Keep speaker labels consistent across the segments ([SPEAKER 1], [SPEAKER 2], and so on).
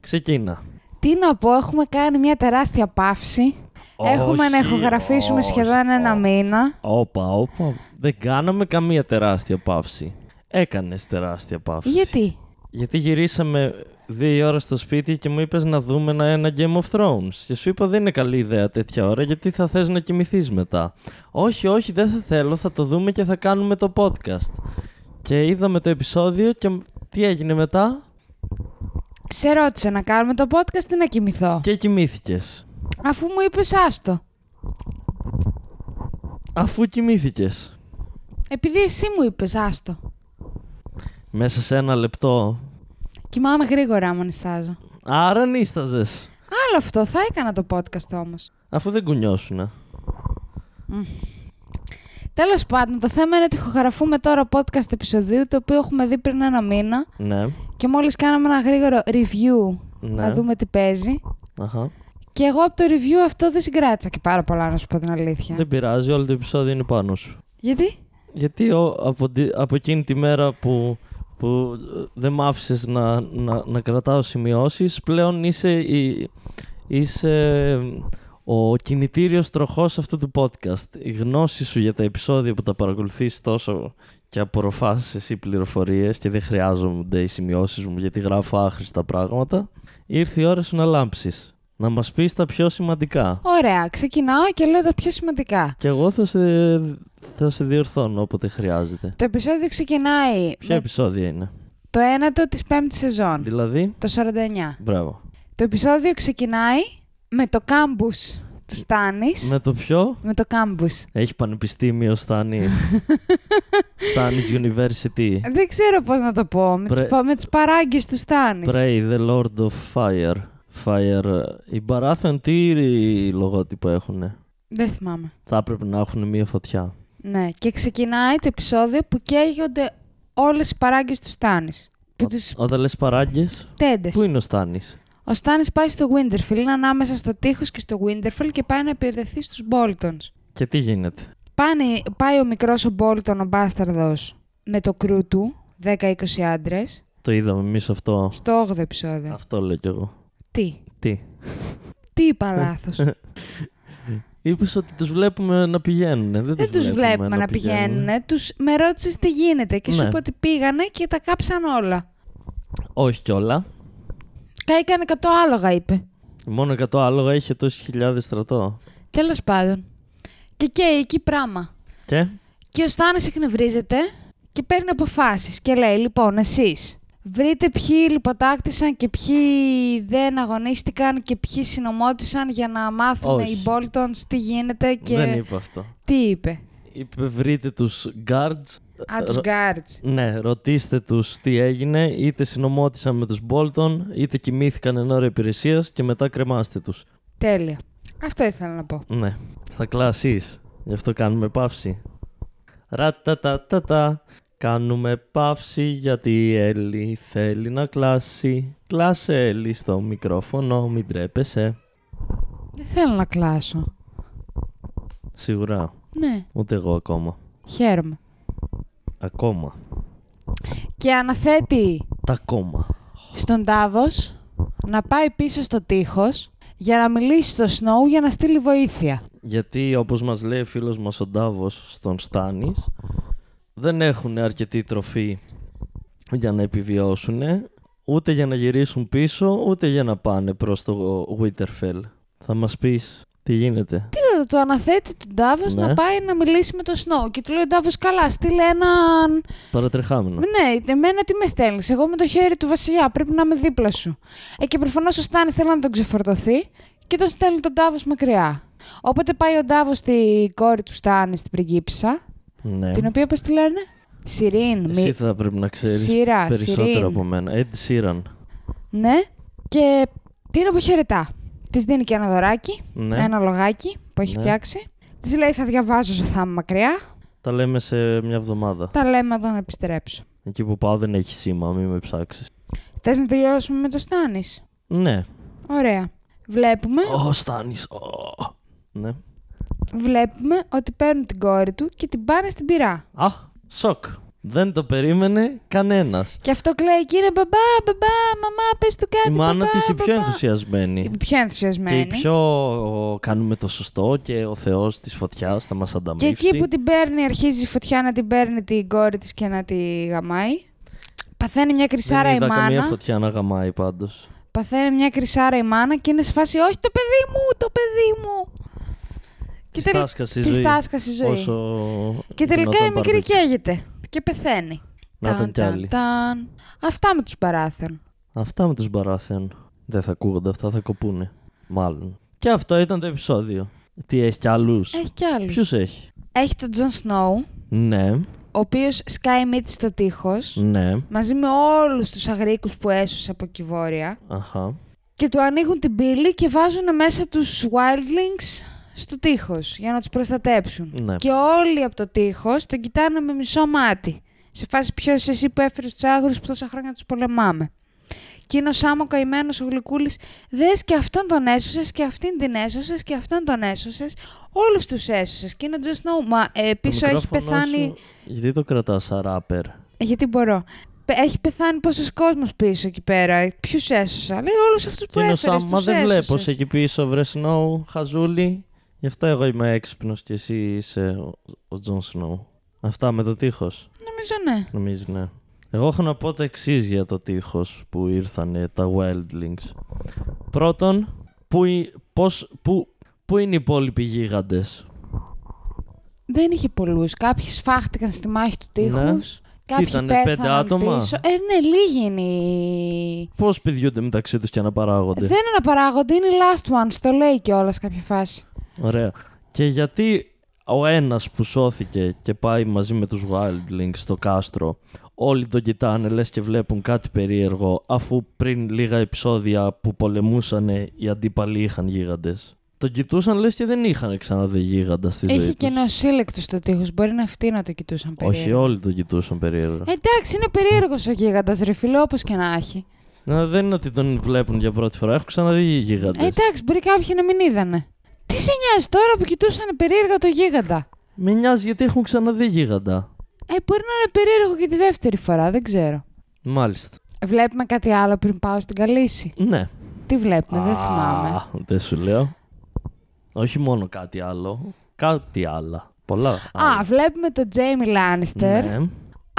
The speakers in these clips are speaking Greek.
[SPEAKER 1] Ξεκίνα.
[SPEAKER 2] Τι να πω, έχουμε κάνει μια τεράστια παύση. έχουμε να
[SPEAKER 1] Όχι,
[SPEAKER 2] ηχογραφήσουμε
[SPEAKER 1] όχι,
[SPEAKER 2] σχεδόν ένα
[SPEAKER 1] όχι.
[SPEAKER 2] μήνα.
[SPEAKER 1] Όπα, όπα. Δεν κάναμε καμία τεράστια παύση. Έκανες τεράστια παύση.
[SPEAKER 2] Γιατί.
[SPEAKER 1] Γιατί γυρίσαμε δύο ώρα στο σπίτι και μου είπες να δούμε ένα, ένα Game of Thrones. Και σου είπα δεν είναι καλή ιδέα τέτοια ώρα γιατί θα θες να κοιμηθείς μετά. Όχι, όχι, δεν θα θέλω, θα το δούμε και θα κάνουμε το podcast. Και είδαμε το επεισόδιο και τι έγινε μετά.
[SPEAKER 2] Σε ρώτησε να κάνουμε το podcast ή να κοιμηθώ.
[SPEAKER 1] Και κοιμήθηκες.
[SPEAKER 2] Αφού μου είπες άστο.
[SPEAKER 1] Αφού κοιμήθηκες.
[SPEAKER 2] Επειδή εσύ μου είπες άστο.
[SPEAKER 1] Μέσα σε ένα λεπτό.
[SPEAKER 2] Κοιμάμαι γρήγορα άμα νιστάζω.
[SPEAKER 1] Άρα νίσταζες.
[SPEAKER 2] Άλλο αυτό, θα έκανα το podcast όμως.
[SPEAKER 1] Αφού δεν κουνιώσουνα.
[SPEAKER 2] Τέλος πάντων, το θέμα είναι ότι ηχογραφούμε τώρα podcast επεισοδίου το οποίο έχουμε δει πριν ένα μήνα
[SPEAKER 1] Ναι.
[SPEAKER 2] και μόλις κάναμε ένα γρήγορο review
[SPEAKER 1] Ναι.
[SPEAKER 2] να δούμε τι παίζει.
[SPEAKER 1] Αχα.
[SPEAKER 2] Και εγώ από το review αυτό δεν συγκράτησα και πάρα πολλά να σου πω την αλήθεια.
[SPEAKER 1] Δεν πειράζει, όλο το επεισόδιο είναι πάνω σου.
[SPEAKER 2] Γιατί?
[SPEAKER 1] Γιατί ο, από, τη- από εκείνη τη μέρα που, που ε, δεν μ' άφησες να, να, να κρατάω σημειώσεις, πλέον είσαι, η, είσαι ε, ο κινητήριος τροχός αυτού του podcast. Η γνώση σου για τα επεισόδια που τα παρακολουθείς τόσο και απορροφάς εσύ πληροφορίες και δεν χρειάζονται οι σημειώσεις μου γιατί γράφω άχρηστα πράγματα, ήρθε η ώρα σου να λάμψεις. Να μας πεις τα πιο σημαντικά.
[SPEAKER 2] Ωραία, ξεκινάω και λέω τα πιο σημαντικά.
[SPEAKER 1] Και εγώ θα σε, θα σε διορθώνω όποτε χρειάζεται.
[SPEAKER 2] Το επεισόδιο ξεκινάει
[SPEAKER 1] Ποια
[SPEAKER 2] με
[SPEAKER 1] επεισόδια είναι.
[SPEAKER 2] το ένατο της πέμπτης σεζόν,
[SPEAKER 1] Δηλαδή,
[SPEAKER 2] το 49.
[SPEAKER 1] μπράβο.
[SPEAKER 2] Το επεισόδιο ξεκινάει με το κάμπους του Στάνης.
[SPEAKER 1] Με το πιο.
[SPEAKER 2] Με το κάμπους.
[SPEAKER 1] Έχει πανεπιστήμιο Στάνη. Στάνης University.
[SPEAKER 2] Δεν ξέρω πώς να το πω, με,
[SPEAKER 1] Πρε-
[SPEAKER 2] τις, πα- με τις παράγκες του Στάνης.
[SPEAKER 1] Pray the Lord of Fire. Fire. Οι παράθεν τι λογότυπο έχουν.
[SPEAKER 2] Δεν θυμάμαι.
[SPEAKER 1] Θα έπρεπε να έχουν μία φωτιά.
[SPEAKER 2] Ναι, και ξεκινάει το επεισόδιο που καίγονται όλες οι παράγκες του Στάνης. Που τους
[SPEAKER 1] Όταν λες παράγκες,
[SPEAKER 2] τέντες.
[SPEAKER 1] πού είναι ο Στάνης.
[SPEAKER 2] Ο Στάνης πάει στο Winterfell, είναι ανάμεσα στο τείχος και στο Winterfell και πάει να επιδεθεί στους Boltons.
[SPEAKER 1] Και τι γίνεται.
[SPEAKER 2] Πάνε, πάει ο μικρός ο Μπόλτον ο μπάσταρδος με το κρού του, 10-20 άντρες,
[SPEAKER 1] Το είδαμε εμείς αυτό.
[SPEAKER 2] στο 8ο επεισόδιο.
[SPEAKER 1] Αυτό λέω κι εγώ.
[SPEAKER 2] Τι,
[SPEAKER 1] Τι.
[SPEAKER 2] τι είπα λάθος.
[SPEAKER 1] Είπες ότι τους βλέπουμε να πηγαίνουν. Δεν,
[SPEAKER 2] Δεν τους βλέπουμε να πηγαίνουν, τους με ρώτησες τι γίνεται και σου
[SPEAKER 1] Ναι.
[SPEAKER 2] είπα ότι πήγανε και τα κάψαν όλα.
[SPEAKER 1] Όχι κιόλα.
[SPEAKER 2] Κάηκαν 100 άλογα είπε.
[SPEAKER 1] Μόνο 100 άλογα είχε τόσοι χιλιάδες στρατό.
[SPEAKER 2] Τέλος πάντων. Και καίει εκεί πράμα.
[SPEAKER 1] Και.
[SPEAKER 2] Και ο Στάνης εκνευρίζεται και παίρνει αποφάσεις και λέει λοιπόν εσείς βρείτε ποιοι λιποτάκτησαν και ποιοι δεν αγωνίστηκαν και ποιοι συνομότησαν για να μάθουν
[SPEAKER 1] Όχι.
[SPEAKER 2] οι Boltons τι γίνεται και
[SPEAKER 1] Δεν είπα αυτό.
[SPEAKER 2] τι είπε.
[SPEAKER 1] Είπε βρείτε τους guards.
[SPEAKER 2] Α, τους
[SPEAKER 1] Ρω-
[SPEAKER 2] guards.
[SPEAKER 1] Ναι, ρωτήστε τους τι έγινε, είτε συνομότησαν με τους Bolton, είτε κοιμήθηκαν εν ώρα υπηρεσίας και μετά κρεμάστε τους.
[SPEAKER 2] Τέλεια. Αυτό ήθελα να πω.
[SPEAKER 1] Ναι, θα κλάσεις, γι' αυτό κάνουμε παύση. Ρατατατατα, κάνουμε παύση γιατί η Έλλη θέλει να κλάσει. Κλάσε Έλλη στο μικρόφωνο, μην τρέπεσαι.
[SPEAKER 2] Δεν θέλω να κλάσω.
[SPEAKER 1] Σίγουρα,
[SPEAKER 2] Ναι,
[SPEAKER 1] ούτε εγώ ακόμα.
[SPEAKER 2] χαίρομαι.
[SPEAKER 1] Ακόμα.
[SPEAKER 2] Και αναθέτει
[SPEAKER 1] Τα κόμμα.
[SPEAKER 2] στον Τάβος να πάει πίσω στο τείχος για να μιλήσει στο Snow για να στείλει βοήθεια.
[SPEAKER 1] Γιατί όπως μας λέει ο φίλος μας ο Ντάβος στον Στάνης δεν έχουν αρκετή τροφή για να επιβιώσουν ούτε για να γυρίσουν πίσω ούτε για να πάνε προς το Winterfell. Θα μας πεις τι γίνεται.
[SPEAKER 2] Τίποτα, το αναθέτει τον Ντάβο
[SPEAKER 1] Ναι.
[SPEAKER 2] να πάει να μιλήσει με τον Σνόου. Και του λέει ο Ντάβος, καλά, στείλε έναν.
[SPEAKER 1] Παρατρεχάμενο.
[SPEAKER 2] Ναι, εμένα τι με στέλνεις. Εγώ με το χέρι του βασιλιά, πρέπει να είμαι δίπλα σου. Ε, και προφανώς ο Στάνης θέλει να τον ξεφορτωθεί και τον στέλνει τον Ντάβος μακριά. Οπότε πάει ο Ντάβος στη κόρη του Στάνη, στην πριγκίψα,
[SPEAKER 1] Ναι.
[SPEAKER 2] την οποία πώς τη λένε. Σιρήν,
[SPEAKER 1] Εσύ
[SPEAKER 2] μη...
[SPEAKER 1] θα πρέπει να ξέρεις
[SPEAKER 2] Σειρά,
[SPEAKER 1] περισσότερο
[SPEAKER 2] Σιρήν.
[SPEAKER 1] από μένα. Ε, Ed Sheeran.
[SPEAKER 2] Ναι. Και την αποχαιρετά. Της δίνει και ένα δωράκι,
[SPEAKER 1] Ναι.
[SPEAKER 2] ένα λογάκι που έχει
[SPEAKER 1] Ναι.
[SPEAKER 2] φτιάξει. Της λέει: Θα διαβάζω όσο θα είμαι μακριά.
[SPEAKER 1] Τα λέμε σε μια εβδομάδα.
[SPEAKER 2] Τα λέμε όταν επιστρέψω.
[SPEAKER 1] Εκεί που πάω δεν έχει σήμα, μην με ψάξεις.
[SPEAKER 2] Θες να τελειώσουμε με το Στάνη.
[SPEAKER 1] Ναι.
[SPEAKER 2] Ωραία. Βλέπουμε,
[SPEAKER 1] Ω, Στάνης. Ω. Ναι.
[SPEAKER 2] βλέπουμε ότι παίρνουν την κόρη του και την πάνε στην πυρά.
[SPEAKER 1] Α, σοκ. Δεν το περίμενε κανένας.
[SPEAKER 2] Και αυτό κλαίει, κύριε μπαμπά, μπαμπά, μαμά, πες του κάτι.
[SPEAKER 1] Η μάνα
[SPEAKER 2] μπαμπά,
[SPEAKER 1] της η πιο
[SPEAKER 2] μπαμπά».
[SPEAKER 1] ενθουσιασμένη.
[SPEAKER 2] Η πιο
[SPEAKER 1] Και η
[SPEAKER 2] ενθουσιασμένη.
[SPEAKER 1] πιο ο, κάνουμε το σωστό και ο Θεός της φωτιάς θα μας
[SPEAKER 2] Και
[SPEAKER 1] ανταμείψει.
[SPEAKER 2] εκεί που την παίρνει, αρχίζει η φωτιά να την παίρνει την κόρη της και να τη γαμάει. Παθαίνει μια κρυσάρα
[SPEAKER 1] Δεν
[SPEAKER 2] η
[SPEAKER 1] είδα
[SPEAKER 2] μάνα.
[SPEAKER 1] καμία φωτιά να γαμάει πάντως.
[SPEAKER 2] Παθαίνει μια κρυσάρα η μάνα και είναι σε φάση «Όχι το παιδί μου, το παιδί μου».
[SPEAKER 1] Τη
[SPEAKER 2] τελ-
[SPEAKER 1] τάσκασε η
[SPEAKER 2] της
[SPEAKER 1] ζωή.
[SPEAKER 2] τάσκασε η ζωή.
[SPEAKER 1] Όσο.
[SPEAKER 2] Και τελικά η
[SPEAKER 1] γινόταν
[SPEAKER 2] μικρή
[SPEAKER 1] barbecue.
[SPEAKER 2] καίγεται και πεθαίνει.
[SPEAKER 1] Να τον κι άλλοι.
[SPEAKER 2] ταν. Αυτά με τους παράθεν.
[SPEAKER 1] Αυτά με τους μπαράθεν. Δεν θα ακούγονται αυτά, θα κοπούνε. Μάλλον. Και αυτό ήταν το επεισόδιο. Τι έχεις κι άλλους.
[SPEAKER 2] Έχει κι άλλους.
[SPEAKER 1] Ποιους έχει.
[SPEAKER 2] Έχει τον Τζον Σνόου,
[SPEAKER 1] Ναι,
[SPEAKER 2] ο οποίος σκάει μύτη στο τείχος,
[SPEAKER 1] ναι.
[SPEAKER 2] μαζί με όλους τους αγρίκους που έσωσε από κυβόρια
[SPEAKER 1] Αχα.
[SPEAKER 2] και του ανοίγουν την πύλη και βάζουν μέσα τους wildlings στο τείχος για να τους προστατέψουν.
[SPEAKER 1] Ναι.
[SPEAKER 2] Και όλοι από το τείχος τον κοιτάνε με μισό μάτι. Σε φάση ποιος εσύ που έφερες τους άγρου που τόσα χρόνια τους πολεμάμε. Και είναι ο Σάμο καημένος ο Γλυκούλης. Δες και αυτόν τον έσωσες και αυτήν την έσωσες και αυτόν τον έσωσες. Όλους τους έσωσες. Και είναι ο Just Know. Μα ε,
[SPEAKER 1] Το
[SPEAKER 2] πίσω έχει
[SPEAKER 1] μικρόφωνο
[SPEAKER 2] πεθάνει.
[SPEAKER 1] σου- Γιατί το κρατάς σαν ράπερ.
[SPEAKER 2] Γιατί μπορώ. Πε- Έχει πεθάνει πόσος κόσμος πίσω εκεί πέρα. Ποιους έσωσα. Λέει όλους αυτούς που
[SPEAKER 1] Και είναι ο
[SPEAKER 2] έφερες.
[SPEAKER 1] Σαμ, μα δεν βλέπω σε εκεί πίσω, βρε Σνόου, χαζούλη. Γι' αυτό εγώ είμαι έξυπνος και εσύ είσαι ο- ο Τζον Σνόου. Αυτά με το τείχος,
[SPEAKER 2] Νομίζω ναι.
[SPEAKER 1] νομίζω, ναι. Εγώ έχω να πω τα εξής για το τείχος που ήρθανε τα Wildlings. Πρώτον, πού, η- πώς, πού, πού είναι οι υπόλοιποι γίγαντες.
[SPEAKER 2] Δεν είχε πολλούς. Κάποιοι σφάχτηκαν στη μάχη του τείχου.
[SPEAKER 1] Ναι.
[SPEAKER 2] Κάποιοι
[SPEAKER 1] Τι ήτανε,
[SPEAKER 2] πέθαναν
[SPEAKER 1] πέντε άτομα?
[SPEAKER 2] Πίσω. Ε, ναι, λίγοι είναι οι.
[SPEAKER 1] Πώς πηδιούνται μεταξύ τους και αναπαράγονται.
[SPEAKER 2] Δεν αναπαράγονται, είναι οι last ones. Το λέει κιόλας κάποια φάση.
[SPEAKER 1] Ωραία. Και γιατί ο ένας που σώθηκε και πάει μαζί με τους Wildlings στο κάστρο, όλοι τον κοιτάνε λες και βλέπουν κάτι περίεργο, αφού πριν λίγα επεισόδια που πολεμούσαν οι αντίπαλοι είχαν γίγαντες. Τον κοιτούσαν λες και δεν είχαν ξαναδεί γίγαντα στη
[SPEAKER 2] Είχε
[SPEAKER 1] ζωή
[SPEAKER 2] και
[SPEAKER 1] τους.
[SPEAKER 2] νεοσύλλεκτο στο τείχος. Μπορεί να αυτοί να το κοιτούσαν περίεργα. Ε,
[SPEAKER 1] Όχι, όλοι τον κοιτούσαν περίεργα.
[SPEAKER 2] Εντάξει, είναι περίεργος ο γίγαντας, ρε φίλε, όπως και να έχει.
[SPEAKER 1] Να, δεν είναι ότι τον βλέπουν για πρώτη φορά, έχουν ξαναδεί γίγαντες.
[SPEAKER 2] Ε, Εντάξει, μπορεί κάποιοι να μην είδανε. Τι σε νοιάζει τώρα που κοιτούσαν περίεργα το γίγαντα.
[SPEAKER 1] Με νοιάζει γιατί έχουν ξαναδεί γίγαντα.
[SPEAKER 2] Ε, μπορεί να είναι περίεργο και τη δεύτερη φορά, δεν ξέρω.
[SPEAKER 1] Μάλιστα.
[SPEAKER 2] Βλέπουμε κάτι άλλο πριν πάω στην Καλύση.
[SPEAKER 1] Ναι.
[SPEAKER 2] Τι βλέπουμε, δεν
[SPEAKER 1] Α,
[SPEAKER 2] θυμάμαι.
[SPEAKER 1] Δεν σου λέω. Όχι μόνο κάτι άλλο. Κάτι άλλα. Πολλά. άλλα.
[SPEAKER 2] Α, βλέπουμε τον Τζέιμι Λάνιστερ.
[SPEAKER 1] Ναι.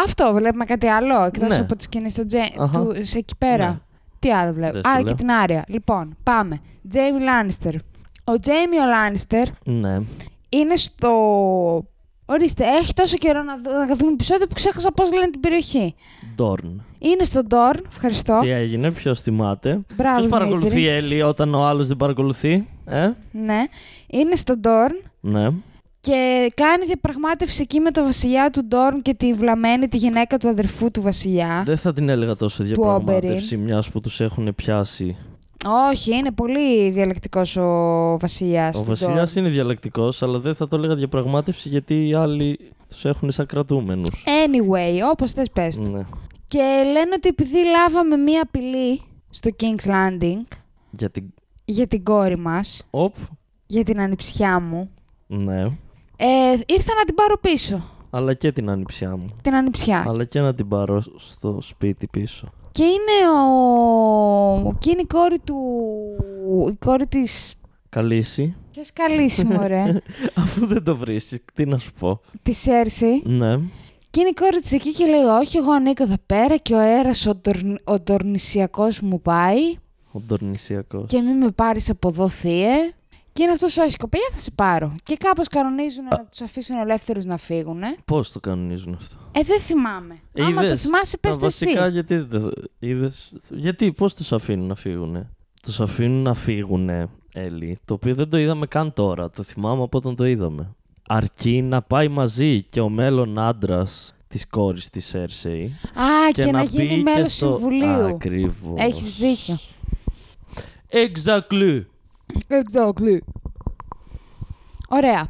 [SPEAKER 2] Αυτό, βλέπουμε κάτι άλλο εκτός
[SPEAKER 1] Ναι.
[SPEAKER 2] από τη σκηνή στο Τζέ...
[SPEAKER 1] Αχα.
[SPEAKER 2] του, σε εκεί πέρα.
[SPEAKER 1] Ναι.
[SPEAKER 2] Τι άλλο βλέπουμε.
[SPEAKER 1] Δεν σου
[SPEAKER 2] Α, και
[SPEAKER 1] λέω.
[SPEAKER 2] την Άρια. Λοιπόν, πάμε. Τζέιμι Λάνιστερ. Ο Τζέιμι ο Λάνιστερ
[SPEAKER 1] ναι.
[SPEAKER 2] είναι στο. Ορίστε, έχει τόσο καιρό να, δω- να δούμε επεισόδιο που ξέχασα πώς λένε την περιοχή.
[SPEAKER 1] Ντόρν.
[SPEAKER 2] Είναι στο Ντόρν, ευχαριστώ.
[SPEAKER 1] Τι έγινε, ποιος θυμάται.
[SPEAKER 2] Μπράβο,
[SPEAKER 1] Ποιος παρακολουθεί
[SPEAKER 2] Δημήτρη.
[SPEAKER 1] Έλλη όταν ο άλλος δεν παρακολουθεί. Ε,
[SPEAKER 2] Ναι. Είναι στο Ντόρν
[SPEAKER 1] ναι.
[SPEAKER 2] και κάνει διαπραγμάτευση εκεί με τον βασιλιά του Ντόρν και τη βλαμένη τη γυναίκα του αδερφού του βασιλιά.
[SPEAKER 1] Δεν θα την έλεγα τόσο διαπραγμάτευση, μιας που τους έχουν πιάσει.
[SPEAKER 2] Όχι, είναι πολύ διαλεκτικός ο βασιλιάς.
[SPEAKER 1] Ο Βασιλιά είναι διαλεκτικός, αλλά δεν θα το έλεγα διαπραγμάτευση γιατί οι άλλοι τους έχουν σαν κρατούμενους.
[SPEAKER 2] Anyway, όπως θες πες. του.
[SPEAKER 1] Ναι.
[SPEAKER 2] Και λένε ότι επειδή λάβαμε μία απειλή στο King's Landing
[SPEAKER 1] Γιατί.
[SPEAKER 2] για την κόρη μας,
[SPEAKER 1] Οπ.
[SPEAKER 2] για την ανιψιά μου,
[SPEAKER 1] Ναι.
[SPEAKER 2] ε, ήρθα να την πάρω πίσω,
[SPEAKER 1] Αλλά και την ανιψιά μου.
[SPEAKER 2] την ανιψιά.
[SPEAKER 1] Αλλά και να την πάρω στο σπίτι πίσω.
[SPEAKER 2] Και είναι ο... και είναι η κόρη του... η κόρη της...
[SPEAKER 1] Καλήσει.
[SPEAKER 2] Ποιας καλήση, μωρέ.
[SPEAKER 1] Αφού δεν το βρίσκεις, τι να σου πω.
[SPEAKER 2] της Σέρση.
[SPEAKER 1] Ναι.
[SPEAKER 2] Και είναι η κόρη της εκεί και λέει όχι, εγώ ανήκω εδώ πέρα και ο αέρας ο, ντορν- ο ντορνησιακός μου πάει.
[SPEAKER 1] Ο Ντορνησιακός.
[SPEAKER 2] Και μη με πάρεις από εδώ, Θείε. Και είναι αυτός, όχι, κοπέλια, θα σε πάρω. Και κάπως κανονίζουν να τους αφήσουν ελεύθερους να φύγουν. Ε,
[SPEAKER 1] Πώς το κανονίζουν αυτό.
[SPEAKER 2] Ε, δεν θυμάμαι. Άμα το
[SPEAKER 1] Είδες
[SPEAKER 2] θυμάσαι, πες
[SPEAKER 1] τα
[SPEAKER 2] το εσύ.
[SPEAKER 1] Βασικά, γιατί δεν. Είδες... Γιατί, πώς τους αφήνουν να φύγουνε. Τους αφήνουν να φύγουνε, Έλλη, το οποίο δεν το είδαμε καν τώρα. Το θυμάμαι από όταν το είδαμε. Αρκεί να πάει μαζί και ο μέλλον άντρας της κόρης της Σέρσεϊ.
[SPEAKER 2] Α, και, να, γίνει
[SPEAKER 1] μπει
[SPEAKER 2] μέλο
[SPEAKER 1] και στο...
[SPEAKER 2] συμβουλίου.
[SPEAKER 1] Ακριβώς.
[SPEAKER 2] Έχεις δίκιο.
[SPEAKER 1] Exactly.
[SPEAKER 2] Exactly. Ωραία.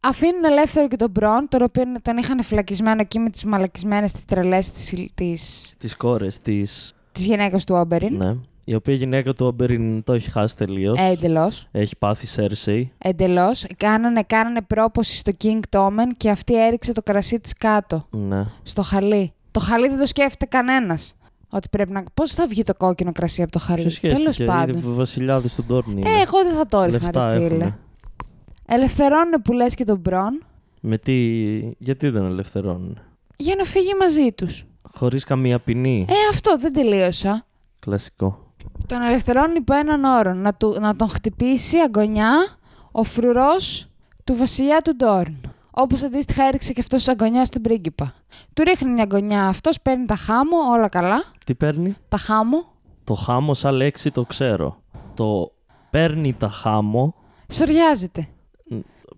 [SPEAKER 2] Αφήνουν ελεύθερο και τον Μπρον, τον οποίο τον είχαν φυλακισμένο εκεί με τις μαλακισμένες τις τρελές τη της,
[SPEAKER 1] Τι κόρε τη.
[SPEAKER 2] της γυναίκα του Όμπεριν.
[SPEAKER 1] Ναι. η οποία γυναίκα του Όμπεριν το έχει χάσει τελείως.
[SPEAKER 2] Ε, Εντελώς.
[SPEAKER 1] Έχει πάθει Σέρσεϊ.
[SPEAKER 2] Εντελώ. Κάνανε, κάνανε πρόποση στο King Tomen και αυτή έριξε το κρασί της κάτω.
[SPEAKER 1] Ναι.
[SPEAKER 2] Στο χαλί. Το χαλί δεν το σκέφτεται κανένας. Ότι πρέπει να. Πώς θα βγει το κόκκινο κρασί από το χαλί.
[SPEAKER 1] Ποιο
[SPEAKER 2] Τέλο
[SPEAKER 1] σχέστηκε,
[SPEAKER 2] πάντων.
[SPEAKER 1] είναι βασιλιάδης του Ντόρνι.
[SPEAKER 2] Ε, εγώ δεν θα το ρίχνα,
[SPEAKER 1] Λεφτά
[SPEAKER 2] ρε φίλε.
[SPEAKER 1] έχουνε.
[SPEAKER 2] Ελευθερώνουν που λες και τον Μπρον
[SPEAKER 1] Με τι, γιατί δεν ελευθερώνουν.
[SPEAKER 2] για να φύγει μαζί τους.
[SPEAKER 1] Χωρίς καμία ποινή.
[SPEAKER 2] Ε, αυτό δεν τελείωσα.
[SPEAKER 1] Κλασικό.
[SPEAKER 2] Τον ελευθερώνουν υπό έναν όρο. Να, του, να τον χτυπήσει αγωνιά ο φρουρός του βασιλιά του Ντόρν. Όπως αντίστοιχα έριξε και αυτός αγωνιά στον πρίγκιπα. Του ρίχνει μια αγωνιά. Αυτός παίρνει τα χάμω, όλα καλά.
[SPEAKER 1] Τι παίρνει.
[SPEAKER 2] Τα χάμω.
[SPEAKER 1] Το χάμο σαν λέξη το ξέρω. Το παίρνει τα χάμο.
[SPEAKER 2] Σοριάζεται.